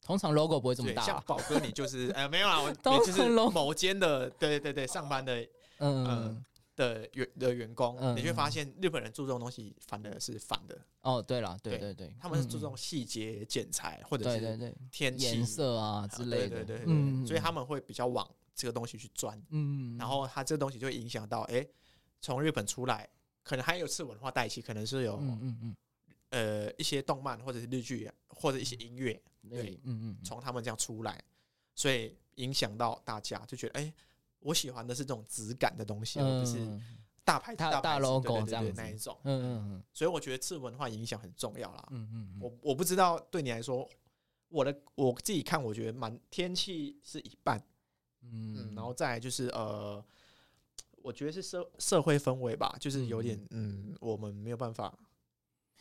A: 通常 logo 不会这么
B: 对，像
A: 大，啊
B: 宝哥你就是
A: [laughs]
B: 呃没有啦，我
A: 都
B: 你就是
A: 很 low
B: 某间的对对对上班的
A: 嗯
B: 呃，的员的员工，
A: 嗯
B: 你会发现日本人注重的东西反而是反的，
A: 哦，对了，对对
B: 呃对
A: 对，
B: 他们是
A: 嗯
B: 注重细节剪裁或者
A: 对对
B: 是
A: 对
B: 天气
A: 颜色啊
B: 啊
A: 之类的，
B: 对对对
A: 嗯
B: 对，所以他们会比较往这个东西去钻。
A: 嗯，
B: 然后它这东西就会影响到，哎，从日本出来，可能还有次文化带起，可能是有、
A: 嗯嗯嗯，
B: 呃一些动漫或者是日剧啊或者一些音乐
A: 对，嗯嗯嗯，
B: 从他们这样出来，所以影响到大家就觉得，哎，我喜欢的是这种质感的东西，而不是
A: 嗯
B: 大牌
A: 大
B: 大
A: 大
B: 牌子
A: logo
B: 对对对
A: 这样
B: 对
A: 子
B: 那一种。
A: 嗯嗯
B: 所以我觉得次文化影响很重要啦。
A: 嗯嗯嗯
B: 啊我我不知道对你来说，我的我自己看，我觉得蛮天气是一半，
A: 嗯
B: 嗯，然后再来就是呃，我觉得是社社会氛围吧，就是有点嗯我们没有办法，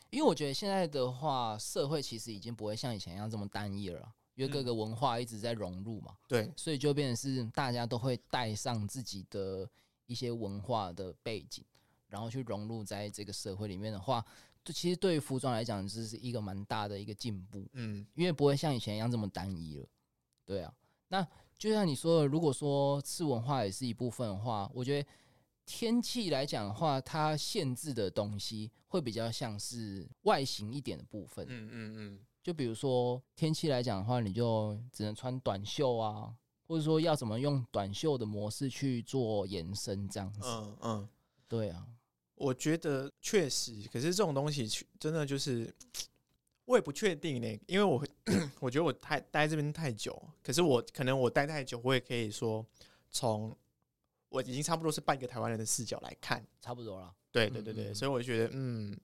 A: 因为我觉得现在的话，社会其实已经不会像以前一样这么单一了，因为各
B: 嗯
A: 个文化一直在融入嘛，
B: 对
A: 所以就变成是大家都会带上自己的一些文化的背景，然后去融入在这个社会里面的话，就其实对于服装来讲，这是一个蛮大的一个进步。
B: 嗯
A: 因为不会像以前一样这么单一了。对啊，那就像你说的，如果说次文化也是一部分的话，我觉得天气来讲的话，它限制的东西会比较像是外形一点的部分。
B: 嗯嗯嗯，
A: 就比如说天气来讲的话，你就只能穿短袖啊，或者说要怎么用短袖的模式去做延伸这样子。
B: 嗯嗯，
A: 对啊，
B: 我觉得确实，可是这种东西去真的就是。我也不确定呢，因为我 [coughs] 我觉得我太待这边太久，可是我可能我待太久，我也可以说从我已经差不多是半个台湾人的视角来看，
A: 差不多了。
B: 对
A: 嗯
B: 对对
A: 嗯
B: 对，
A: 嗯
B: 所以我就觉得，嗯，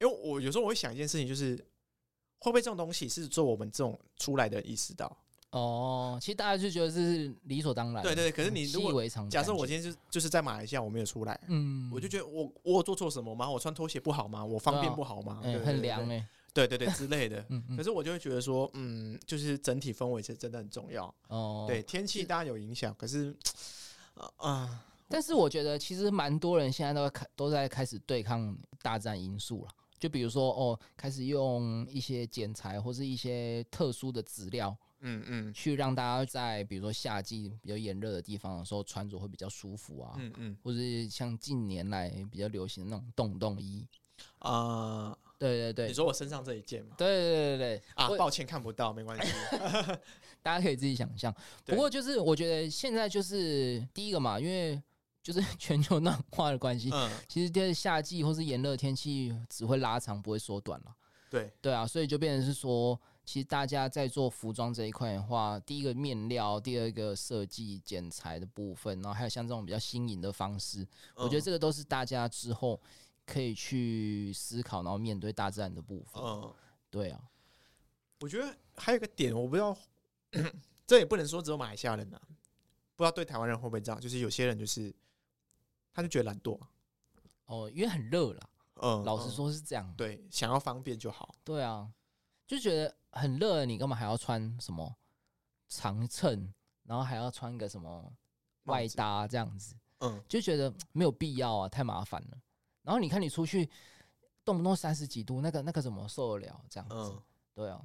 B: 因为我有时候我会想一件事情，就是会不会这种东西是做我们这种出来的人意识到？
A: 哦，其实大家就觉得这是理所当然的。
B: 对对对可是你
A: 习
B: 如果
A: 以为常的
B: 假
A: 感觉。
B: 设我今天就是就是在马来西亚，我没有出来，
A: 嗯，
B: 我就觉得我我有做错什么吗？我穿拖鞋不好吗？我方
A: 对
B: 便
A: 啊
B: 不好吗？
A: 哎、
B: 对对
A: 很
B: 对
A: 凉哎、
B: 对对对之类的。
A: 嗯嗯
B: 可是我就会觉得说，嗯，就是整体氛围是真的很重要。
A: 哦，
B: 对，天气当然有影响，可是啊啊，
A: 但是我觉得其实蛮多人现在都开都在开始对抗大自然因素了。就比如说哦，开始用一些剪裁或是一些特殊的资料，
B: 嗯嗯
A: 去让大家在比如说夏季比较炎热的地方的时候穿着会比较舒服啊，
B: 嗯嗯
A: 或是像近年来比较流行的那种洞洞衣。
B: 啊，
A: 对对对
B: 你，说我身上这一件吗？
A: 对对对对对，
B: 啊，
A: 我
B: 抱歉看不到，没关
A: [laughs]
B: 系。
A: 大家可以自己想象。
B: 对
A: 不过就是我觉得现在就是第一个嘛，因为就是 [laughs] 全球暖化的关系，
B: 嗯，
A: 其实就是夏季或是炎热天气只会拉长，不会缩短了。
B: 对，
A: 对啊，所以就变成是说，其实大家在做服装这一块的话，第一个面料，第二个设计剪裁的部分，然后还有像这种比较新颖的方式， [laughs] 我觉得
B: 嗯
A: 这个都是大家之后可以去思考，然后面对大自然的部分。
B: 嗯，
A: 对啊，
B: 我觉得还有一个点，我
A: [coughs]
B: 不知道，这也不能说只有马来西亚人啊，不知道对台湾人会不会这样，就是有些人就是他就觉得懒惰，
A: 哦，因为很热啦，
B: 嗯，
A: [laughs] 老实
B: 嗯，
A: 说是这样。
B: 对，想要方便就好，
A: 对啊，就觉得很热，你干嘛还要穿什么长衬，然后还要穿个什么
B: 帽
A: 外
B: 子
A: 搭这样子？
B: 嗯，
A: 就觉得没有必要啊，太麻烦了。然后你看你出去，动不动三十几度，那个那个怎么受得了？这样子，
B: 嗯
A: 对啊。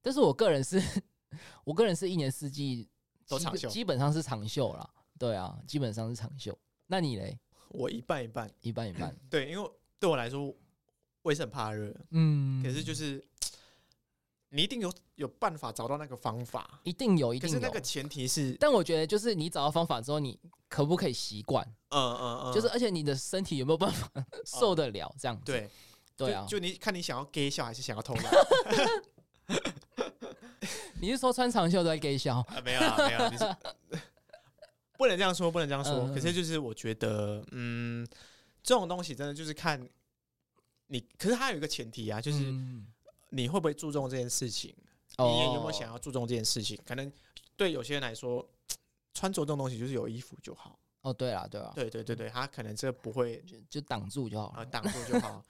A: 但是我个人是， [laughs] 我个人是一年四季
B: 都
A: 基
B: 长
A: 本
B: 袖
A: 基本上是长袖啦。对啊，基本上是长袖。那你嘞，
B: 我一半一半，
A: 一半一
B: [laughs]
A: 半。
B: 对，因为对我来说，我也是很怕热，
A: 嗯，
B: 可是就是你一定有有办法找到那个方法，
A: 一定有，一
B: 可
A: 定
B: 是
A: 有。
B: 那个前提是，
A: 但我觉得就是你找到方法之后，你可不可以习惯？
B: 嗯嗯嗯，
A: 就是而且你的身体有没有办法 [laughs] 受得了这样子？
B: 对
A: 对啊，
B: 就就你看你想要 gay 笑还是想要偷懒。
A: 你是说穿长袖都在给笑？
B: 啊，没有啦， [laughs] 没有啦，你是不能这样说，不能这样说。
A: 嗯嗯
B: 可是就是我觉得，嗯，这种东西真的就是看你，可是它有一个前提啊，就是
A: 嗯哦
B: 你会不会注重这件事情，你也有没有想要注重这件事情？可能对有些人来说，穿着这种东西就是有衣服就好。
A: 哦，对啦，对啦，
B: 对对对对，他可能这不会
A: 就就挡住就好
B: 啊
A: 了。
B: 挡住就 [laughs] 好，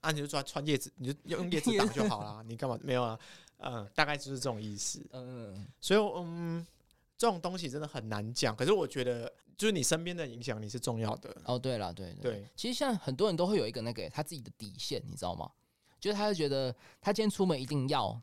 B: 啊你就穿穿叶子，你就用叶子挡就好 [laughs] 啦。你干嘛没有啊？嗯，大概就是这种意思。
A: 嗯，嗯
B: 所以我，嗯，这种东西真的很难讲。可是我觉得，就是你身边的影响你是重要的。
A: 哦，对了，对对，
B: 对，
A: 其实像很多人都会有一个那个他自己的底线，你知道吗？就是他会觉得他今天出门一定要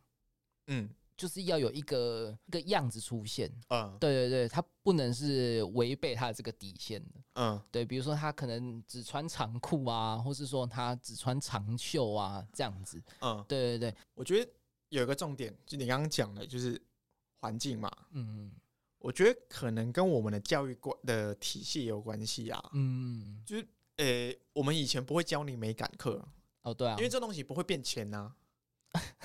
B: 嗯
A: 就是要有一个一个样子出现，
B: 嗯
A: 对对对，他不能是违背他的这个底线的。
B: 嗯
A: 对，比如说他可能只穿长裤啊，或是说他只穿长袖啊，这样子。
B: 嗯，
A: 对对对，
B: 我觉得有一个重点，就你刚刚讲的，就是环境嘛。
A: 嗯
B: 我觉得可能跟我们的教育观的体系有关系啊。
A: 嗯，
B: 呃、我们以前不会教你美感课，
A: 哦对啊，
B: 因为这东西不会变钱呐、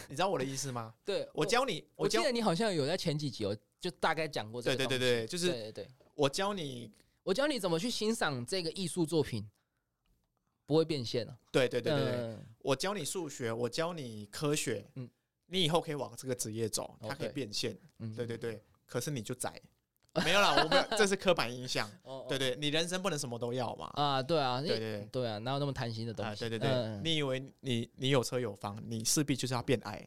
B: 你知道我的意思吗？
A: 对
B: 我教你，
A: [laughs] 我
B: 我
A: 记
B: 教，
A: 得你好像有在前几集有就大概讲过这个
B: 对对
A: 东西，
B: 对对，就是
A: 对对对，
B: 我教你
A: 我教你怎么去欣赏这个艺术作品，不会变现啊。
B: 对对对对对，
A: 嗯
B: 我教你数学，我教你科学，
A: 嗯
B: 你以后可以往这个职业走，它可以
A: OK
B: 变现。
A: 嗯
B: 对对对，可是你就窄，没有啦，我们这是刻板印象。
A: 哦哦
B: [laughs] 对对，你人生不能什么都要嘛。
A: 啊，对啊，
B: 对对对。
A: 对啊，哪有那么贪心的东
B: 啊，
A: 西？
B: 对对对，
A: 嗯
B: 你以为你你有车有房，你势必就是要变
A: [laughs]
B: 矮。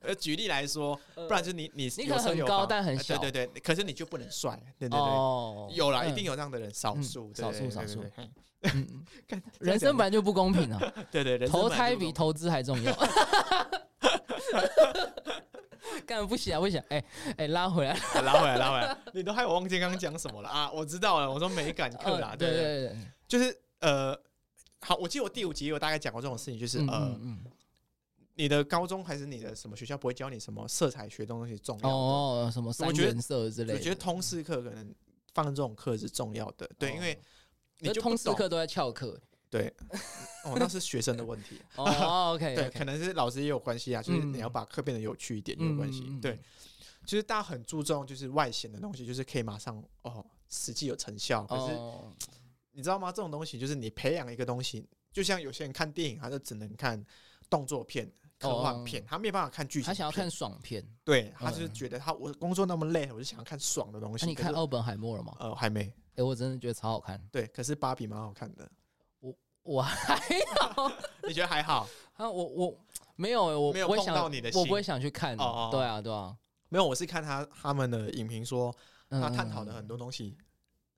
B: 呃，举例来说，不然就你你
A: 嗯你可
B: 有
A: 能
B: 车
A: 很
B: 有
A: 高
B: 房
A: 但很
B: 呃
A: 小
B: 对对对，可是你就不能帅，对对对，
A: 哦，
B: 有啦，
A: 嗯
B: 一定有这样的人，少
A: 嗯
B: 数，对
A: 少
B: 对
A: 数
B: 对
A: 少
B: 对
A: 数
B: 对对 [laughs]
A: 嗯
B: 干
A: 人生本来就不公平啊，
B: 对对，人生
A: 投
B: 本来
A: 胎
B: 就
A: 比
B: 不
A: 投资还重要。 [laughs] 干不行啊，不行啊！哎哎，拉回来，
B: 公平拉回来拉回来，你都害我忘记刚刚讲什么了啊！我知道了，我说美感课啦，
A: 嗯
B: 对
A: 对
B: 对，
A: 对对，
B: 就是呃，好，我记得我第五集有大概讲过这种事情，就是
A: 嗯
B: 呃
A: 嗯，嗯
B: 你的高中还是你的什么学校不会教你什么色彩学这种东西重要的，
A: 哦，什么三
B: 觉得
A: 原色之类
B: 我
A: 的，
B: 觉得通识课可能放这种课是重要的，对，
A: 哦
B: 因为你
A: 可
B: 就是不
A: 通识
B: 懂
A: 课都在翘课。
B: [laughs] 对，哦，那是学生的问
A: [laughs]
B: 题，
A: 哦，OK，
B: 对，可能是老师也有关系啊，就是
A: 嗯
B: 你要把课变得有趣一点也有关系，对，，就是大家很注重就是外显的东西，就是可以马上哦实际有成效，可是
A: 哦，
B: 你知道吗？这种东西就是你培养一个东西，就像有些人看电影，他就只能看动作片。科幻片，他没有办法看剧情片，
A: 哦他想要看爽片。
B: 对他就是
A: 嗯
B: 觉得他我工作那么累，我就想要看爽的东西。
A: 那你看
B: 可
A: 《
B: 是
A: 奥本海默》了吗？
B: 呃还没
A: 哎，我真的觉得超好看。
B: 对，可是芭比蛮好看的，
A: 我还好，
B: 你觉得还好？
A: 啊，我我没有欸，我
B: 没有
A: 不会
B: 碰
A: 想
B: 到你的
A: 我不会
B: 心
A: 想去看
B: 哦哦哦。
A: 对啊，对啊，
B: 没有，我是看他他们的影评说，
A: 嗯
B: 他探讨的很多东西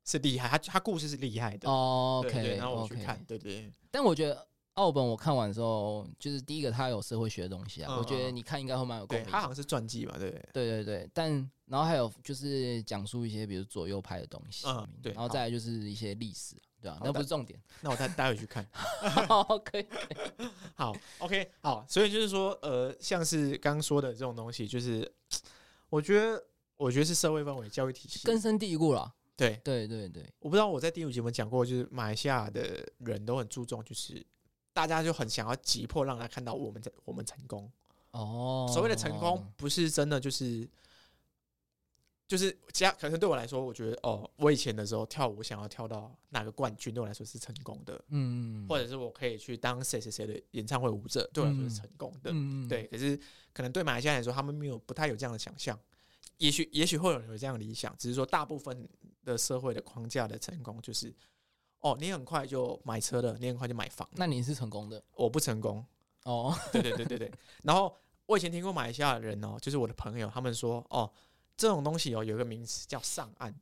B: 是厉害，他他故事是厉害的。
A: 哦
B: 对对，
A: OK，
B: 然后我去
A: OK
B: 看，对对
A: 但我觉得奥本我看完之后，就是第一个他有社会学的东西啊，
B: 嗯
A: 我觉得
B: 嗯
A: 你看应该会蛮有共
B: 对，
A: 鸣
B: 他好
A: 的。
B: 像是传记嘛，对不对？
A: 对对对，但然后还有就是讲述一些比如左右派的东西，
B: 嗯对
A: 然后
B: 好
A: 再来就是一些历史，对啊，
B: 好
A: 那
B: 的
A: 不是重
B: [laughs]
A: 点。
B: 那我待待会去看。
A: 好，可以。
B: 好，OK，好，所以就是说，呃，像是刚刚说的这种东西，就是我觉得，我觉得 [laughs] 是社会氛围、教育体系。
A: 根深蒂固了。
B: 对，
A: 对对对，
B: 我不知道我在第五集有没有讲过，就是马来西亚的人都很注重，就是大家就很想要急迫让他看到我们在我们成功。
A: 哦，
B: 所谓的成功，不是真的就是。就是家，可能对我来说，我觉得哦，我以前的时候跳舞想要跳到哪个冠军，对我来说是成功的，
A: 嗯，嗯，
B: 或者是我可以去当谁谁谁的演唱会舞者，对我来说是
A: 嗯
B: 成功的。
A: 嗯，嗯
B: 对，，可是可能对马来西亚人来说，他们没有不太有这样的想象。也许也许会有人有这样的理想，只是说大部分的社会的框架的成功就是，哦，你很快就买车了，你很快就买房了，
A: 那你是成功的
B: 我不成功。 [laughs]
A: 哦。 [laughs]
B: 对对对对对。然后我以前听过马来西亚人哦，就是我的朋友，他们说哦，这种东西哦有一个名词叫上岸。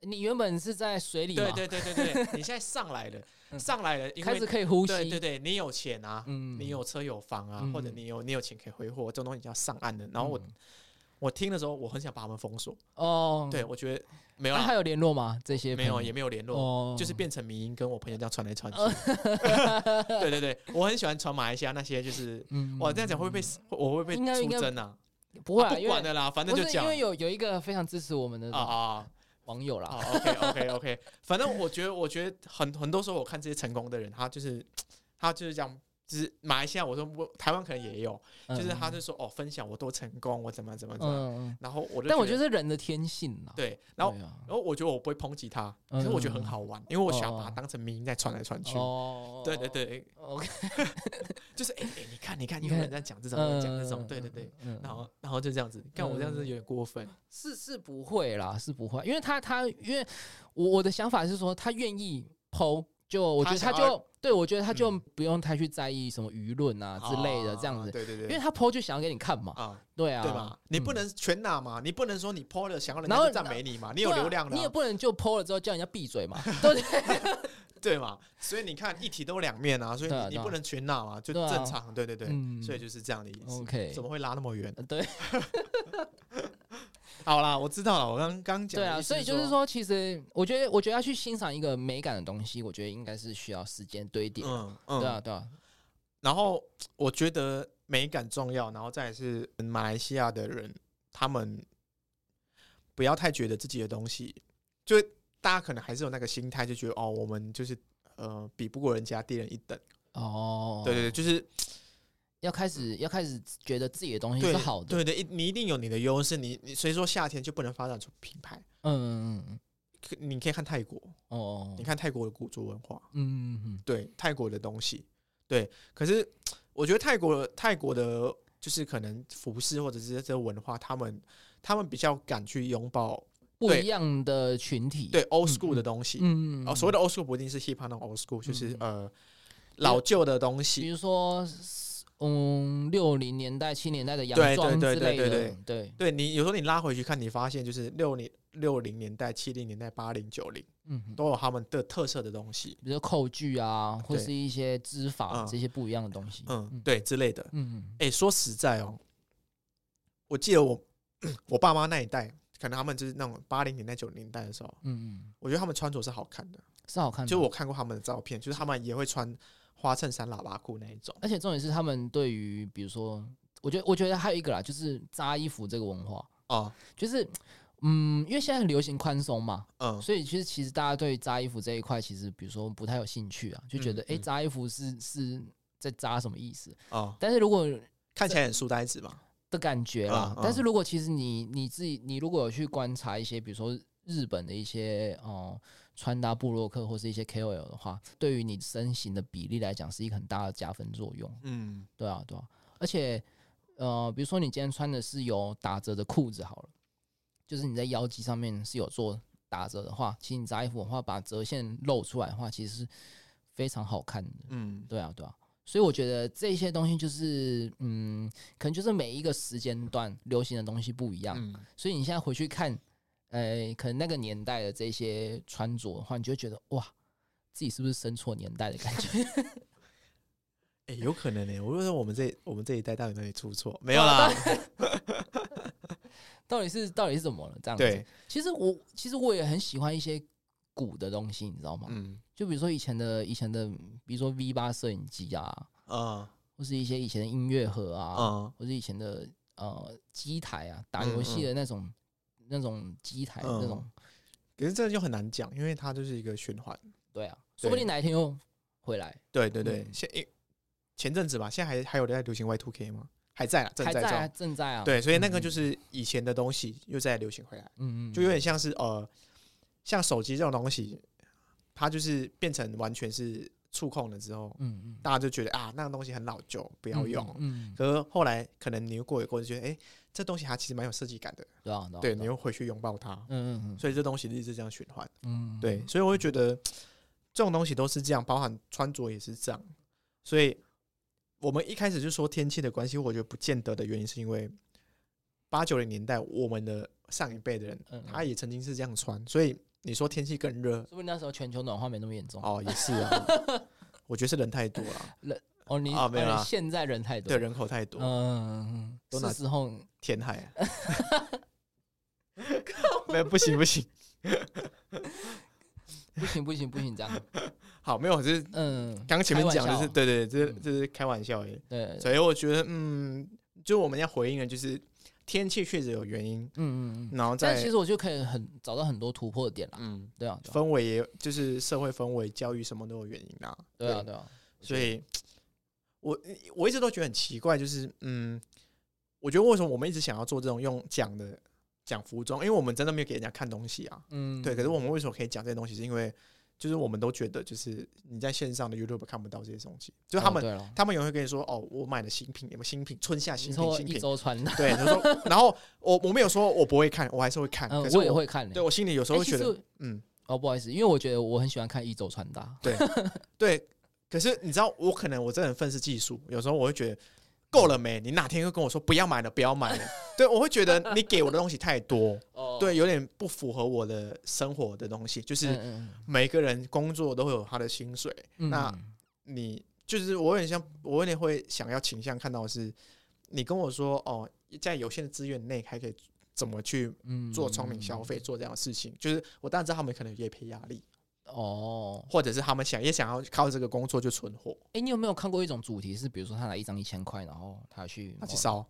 A: 你原本是在水里嘛，
B: 对对对对对， [laughs] 你现在上来了，
A: [laughs] 嗯
B: 上来了，因
A: 开
B: 为
A: 始可以呼吸，
B: 对对对，你有钱啊，
A: 嗯
B: 你有车有房啊，
A: 嗯
B: 或者你有你有钱可以挥霍，这种东西叫上岸的。然后我、
A: 嗯
B: 我听的时候，我很想把他们封锁。
A: 哦，
B: 对，，我觉得没有
A: 那
B: 啦
A: 啊还，有联络吗？这些
B: 没有
A: 朋友
B: 也没有联络，
A: 哦，
B: 就是变成迷音，跟我朋友这样传来传去。 [laughs] 对对对，我很喜欢传马来西亚那些，就是
A: 嗯
B: 哇这样讲会不会会我会不会
A: 应该
B: 出
A: 应该
B: 征啊？
A: 不会
B: 啊
A: 啊，
B: 不
A: 因为
B: 管的啦，反正
A: 不
B: 就是讲
A: 因为有有一个非常支持我们的
B: 啊啊
A: 网友
B: 啊
A: 啦， [laughs]
B: ，OK OK OK，反正我觉得我觉得很很多时候我看这些成功的人，他就是他就是这样。就是马来西亚，我说我台湾可能也有，就是他就说哦，分享我多成功，我怎么怎么
A: 嗯
B: 怎么，
A: 嗯，嗯
B: 然后我就，
A: 但我觉得是人的天性啦。
B: 对，然后
A: 对啊
B: 然后我觉得我不会抨击他，可是我觉得很好玩，因为我想要把它当成迷音在传来传
A: 嗯
B: 去。
A: 哦，
B: 对对对， [laughs]
A: ，OK，
B: 就是哎哎，你看你看，
A: 你
B: 有人
A: 看
B: 在讲这种，有人
A: 嗯，
B: 讲这种，对对对，
A: 嗯，嗯
B: 然后然后就这样子，看我这样子有点过分。啊
A: 是是不会啦，是不会，因为他他因为我我的想法是说，他愿意剖，就我觉得
B: 他
A: 他
B: 想要
A: 就对我觉得他就
B: 嗯
A: 不用太去在意什么舆论啊之类的这样
B: 啊
A: 子，
B: 对对
A: 因
B: 对，
A: 为他剖就想要给你看嘛，
B: 啊，
A: 对啊，
B: 对吧？你不
A: 嗯
B: 能全拿嘛，你不能说你 PO 了想要人
A: 然
B: 家
A: 后
B: 就赞美你嘛，你
A: 对
B: 有
A: 啊
B: 流量
A: 你也
B: 了，
A: 不能就剖了之后叫人家闭
B: [laughs]
A: 嘴嘛，对不对？
B: 对嘛？所以你看一体都有两面啊，所以
A: 对啊
B: 你你
A: 对啊
B: 不能全拿嘛，就
A: 对啊
B: 正常，对对对，
A: 嗯
B: 所以就是这样的意思。
A: OK
B: 怎么会拉那么远？
A: 呃对
B: 好啦，我知道了，我刚刚讲
A: 对
B: 的
A: 啊，
B: 意思
A: 所以就是说，其实我觉得，我觉得要去欣赏一个美感的东西，我觉得应该是需要时间堆叠，
B: 嗯嗯，
A: 对啊，对啊，
B: 然后我觉得美感重要，然后再来是马来西亚的人，他们不要太觉得自己的东西，就是大家可能还是有那个心态，就觉得哦，我们就是呃比不过人家，低人一等。
A: 哦，
B: 对对对，，就是
A: 要开始要开始觉得自己的东西
B: 对
A: 是好的，
B: 对对，一你一定有你的优势，你你所以说夏天就不能发展出品牌。
A: 嗯嗯嗯嗯。
B: 可你可以看泰国，
A: 哦
B: 你，看泰国的古着文化，
A: 嗯嗯
B: 对泰国的东西，对。可是我觉得泰国泰国的，就是可能服饰或者是这文化，他们他们比较敢去拥抱
A: 不
B: 对
A: 一样的群体，
B: 对 old school 的东西。
A: 嗯，嗯，
B: 哦，所谓的 old school 不一定是 hip hop 那种 old school，就是
A: 嗯
B: 呃老旧的东
A: 比
B: 西。
A: 如说嗯六零年代、七年代的
B: 对
A: 洋
B: 对
A: 装之
B: 对
A: 类
B: 对对
A: 的，对，
B: 对你有时候你拉回去看，你发现就是六零六零年代、七零年代、八零九零
A: 嗯哼，
B: 都有他们的特色的东西，
A: 比如说扣具啊，或
B: 对
A: 是一些织法
B: 嗯
A: 这些不一样的东西，
B: 嗯，对之类的。
A: 嗯
B: 哎、说实在哦，我记得我我爸妈那一代，可能他们就是那种八零年代、九零年代的时候，
A: 嗯嗯，
B: 我觉得他们穿着是好看的。
A: 是好看的，
B: 就我看过他们的照片，就是他们也会穿花衬衫、喇叭裤那一种。
A: 而且重点是他们对于比如说，我觉得我觉得还有一个啦，就是扎衣服这个文化，
B: 哦，
A: 就是嗯，因为现在很流行宽松嘛，
B: 嗯，
A: 所以其实其实大家对扎衣服这一块，其实比如说不太有兴趣啊，就觉得
B: 嗯
A: 诶，
B: 嗯
A: 扎衣服是是在扎什么意思？
B: 哦，
A: 但是如果
B: 看起来很书呆子嘛。
A: 的感觉啦，
B: 嗯嗯
A: 但是如果其实你你自己，你如果有去观察一些，比如说日本的一些哦、呃穿搭部落客或是一些 KOL 的话，对于你身形的比例来讲，是一个很大的加分作用。
B: 嗯，
A: 对啊，对啊，而且呃，比如说你今天穿的是有打折的裤子好了，就是你在腰肌上面是有做打折的话，其实你扎衣服的话，把折线露出来的话，其实是非常好看的。
B: 嗯，
A: 对啊，对啊。所以我觉得这些东西就是，嗯，可能就是每一个时间段流行的东西不一样，
B: 嗯，
A: 所以你现在回去看，呃，可能那个年代的这些穿着的话，你就会觉得哇，自己是不是生错年代的感觉？
B: 哎、有可能呢、我就说我们这我们这一代到底哪里出错？没有啦。
A: 到底是到底是怎么了？这样子，
B: 对，
A: 其实我其实我也很喜欢一些古的东西，你知道吗？
B: 嗯，
A: 就比如说以前的以前的，比如说 V 八摄影机啊，
B: 啊、
A: 或是一些以前的音乐盒
B: 嗯，
A: 啊，
B: 啊、
A: 或是以前的呃机台啊，打
B: 嗯
A: 游戏的那种、那种机台、
B: 嗯
A: 那种，
B: 可是这就很难讲，因为它就是一个循环。
A: 对啊，
B: 对
A: 说不定哪一天又回来，
B: 对对对，
A: 嗯
B: 现诶前阵子吧，现在还还有在流行 Y two K 吗？还在啦，正
A: 还
B: 在中。
A: 在啊，正在啊，
B: 对，所以那
A: 嗯
B: 个就是以前的东西又在流行回来，
A: 嗯嗯，
B: 就有点像是呃，像手机这种东西，它就是变成完全是触控了之后，
A: 嗯嗯，
B: 大家就觉得啊，那个东西很老旧，
A: 不
B: 不要用。
A: 嗯，嗯
B: 可是后来可能你又过一过，就觉得哎、这东西它其实蛮有设计感的，
A: 对啊，对啊
B: 对，
A: 啊
B: 你又回去拥抱它，
A: 嗯嗯嗯
B: 所以这东西一直这样循环。
A: 嗯，
B: 对，所以我会觉得这种东西都是这样，包含穿着也是这样。所以我们一开始就说天气的关系，我觉得不见得的原因是因为八九零年代我们的上一辈的人，
A: 嗯嗯
B: 他也曾经是这样穿，所以你说天气更热
A: 说不定那时候全球暖化没那么严重
B: 哦，也是啊。我觉得是人太多了，
A: 哦，你
B: 啊没有
A: 哦
B: 啦
A: 你现在人太多，
B: 对，人口太多，
A: 嗯，
B: 都拿
A: 是时候
B: 天海。 [laughs] 没有不行不行，
A: 不
B: [laughs]
A: 行不行不行这样，
B: 好没有，只是
A: 嗯，
B: 刚前面
A: 开玩
B: 讲的
A: 笑
B: 是对对，对这
A: 嗯
B: 是这是开玩笑而已。
A: 对，对对
B: 所以我觉得，嗯，就我们要回应的，就是天气确实有原因，
A: 嗯嗯嗯，
B: 然后
A: 但
B: 再
A: 其实我就可以很找到很多突破点啦，
B: 嗯，
A: 对啊，对啊
B: 氛围也就是社会氛围、教育什么都有原因啦。
A: 对啊，对啊，
B: 所以我我一直都觉得很奇怪，就是嗯，我觉得为什么我们一直想要做这种用讲的讲服装，因为我们真的没有给人家看东西啊。
A: 嗯，
B: 对，可是我们为什么可以讲这些东西，是因为就是我们都觉得，就是你在线上的 YouTube 看不到这些东西，就他
A: 哦
B: 们、
A: 对了，
B: 他们也会跟你说，哦，我买了新品，有没有新品？春夏
A: 你
B: 新品，
A: 说
B: 新
A: 一
B: 品。
A: 周穿
B: [laughs]
A: 的，
B: 对，他说，然后我我没有说我不会看，我还是会看，
A: 嗯
B: 可，是
A: 我也，会看、欸，
B: 对我心里有时
A: 欸
B: 候会
A: 其
B: 觉得，
A: 实
B: 嗯，
A: 哦，不好意思，因为我觉得我很喜欢看一周穿搭，
B: 对。可是你知道，我可能我这人愤世嫉俗，有时候我会觉得够了没？你哪天又跟我说不要买了，不要买了？ [laughs] 对，我会觉得你给我的东西太多，
A: 哦，
B: 对，有点不符合我的生活的东西。就是
A: 嗯嗯
B: 每个人工作都会有他的薪水，
A: 嗯
B: 那
A: 嗯
B: 你就是我有点像，我有点会想要倾向看到的是，你跟我说哦，在有限的资源内还可以怎么去
A: 嗯
B: 做聪明消费，做这样的事情，就是我当然知道他们可能有业配压力，
A: 哦，
B: 或者是他们想也想要靠这个工作就存活，
A: 哎、你有没有看过一种主题是，比如说他拿一张一千块，然后他去
B: 他去
A: 某
B: 烧，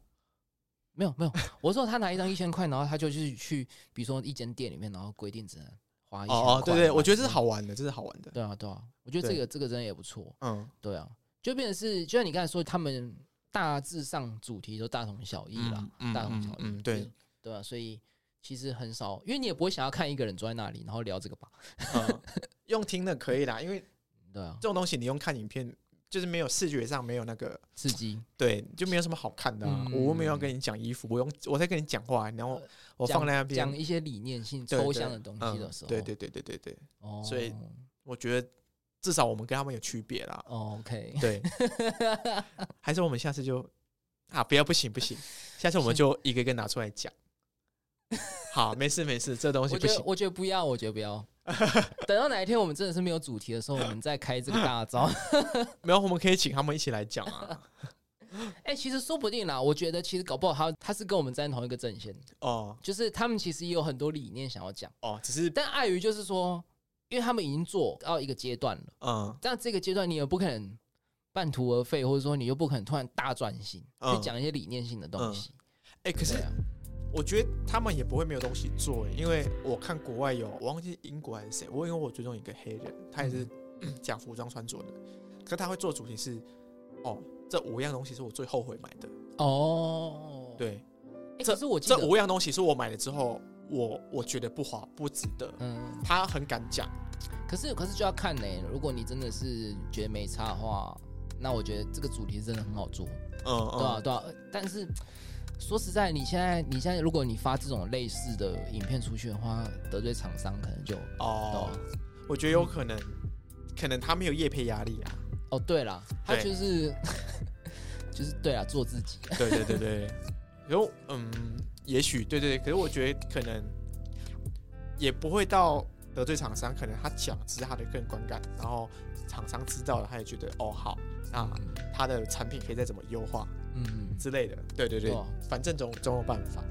A: 没有没有，我说他拿一张一千块，然后他就去去，比如说一间店里面，然后规定只能花一千块
B: 哦哦，对对，
A: 买
B: 我觉得这是
A: 嗯
B: 好玩的，这是好玩的，
A: 对啊对啊，我觉得这
B: 对
A: 个这个真的也不错，
B: 嗯
A: 对啊，就变成是就像你刚才说，他们大致上主题都大同小异啦，
B: 嗯
A: 大同小异，
B: 嗯，对，
A: 对啊，所以其实很少，因为你也不会想要看一个人坐在那里，然后聊这个吧？
B: 嗯，用听的可以啦，因为
A: 对啊
B: 这，种东西你用看影片，就是没有视觉上没有那个，
A: 刺激。
B: 对，就没有什么好看的、啊。
A: 嗯呃
B: 我又没有要跟你讲衣服，我用我在跟你讲话，然后我放在那边，
A: 讲一些理念性、
B: 对对嗯
A: 抽象的东西的时候，
B: 对对对对对对，
A: 哦，
B: 所以我觉得至少我们跟他们有区别啦。
A: 哦 OK， [laughs]
B: 对，还是我们下次就啊，不要不行不行，下次我们就一个一个拿出来讲。好，没事没事，这东西
A: 我
B: 不
A: 觉得
B: 行。
A: 我觉得不要，我觉得不
B: [laughs]
A: 要。等到哪一天我们真的是没有主题的时候，我们再开这个
B: [laughs]
A: 大招。
B: 没有，我们可以请他们一起来
A: [laughs]
B: 讲啊。
A: 哎、其实说不定啦，我觉得其实搞不好他他是跟我们站同一个阵线，
B: 哦
A: 就是他们其实也有很多理念想要讲，
B: 哦，只是
A: 但碍于就是说，因为他们已经做到一个阶段了，
B: 嗯
A: 但这个阶段你也不可能半途而废，或者说你又不可能突然大转型、
B: 嗯
A: 去讲一些理念性的东西。
B: 哎、可是
A: 对啊
B: 我觉得他们也不会没有东西做欸，因为我看国外有，我忘记英国还是谁，我因为我追踪一个黑人，他也是
A: 嗯
B: [clears throat] 讲服装穿着的，可他会做主题是，哦，这五样东西是我最后悔买的，
A: 哦，
B: 对，
A: 哎、可是我记
B: 这
A: 得，
B: 五样东西是我买了之后，我我觉得不划不值得，
A: 嗯，
B: 他很敢讲，
A: 可是可是就要看呢、如果你真的是觉得没差的话，那我觉得这个主题真的很好做，
B: 嗯
A: 对啊
B: 嗯，
A: 对啊。但是说实在，你现在你现在如果你发这种类似的影片出去的话，得罪厂商可能就
B: 哦，我觉得有可能，可能他没有业配压力啊，
A: 哦对啦，他
B: 对
A: 就是 [laughs] 就是对啦，做自己。啊
B: 对对对 [laughs] 对，然后嗯，也许对对对，可是我觉得可能也不会到得罪厂商，可能他讲只是他的个人观感，然后厂商知道了，他也觉得哦好，那他的产品可以再怎么优化
A: 嗯，
B: 之类的，对对对，
A: 对啊
B: 反正总总有办法。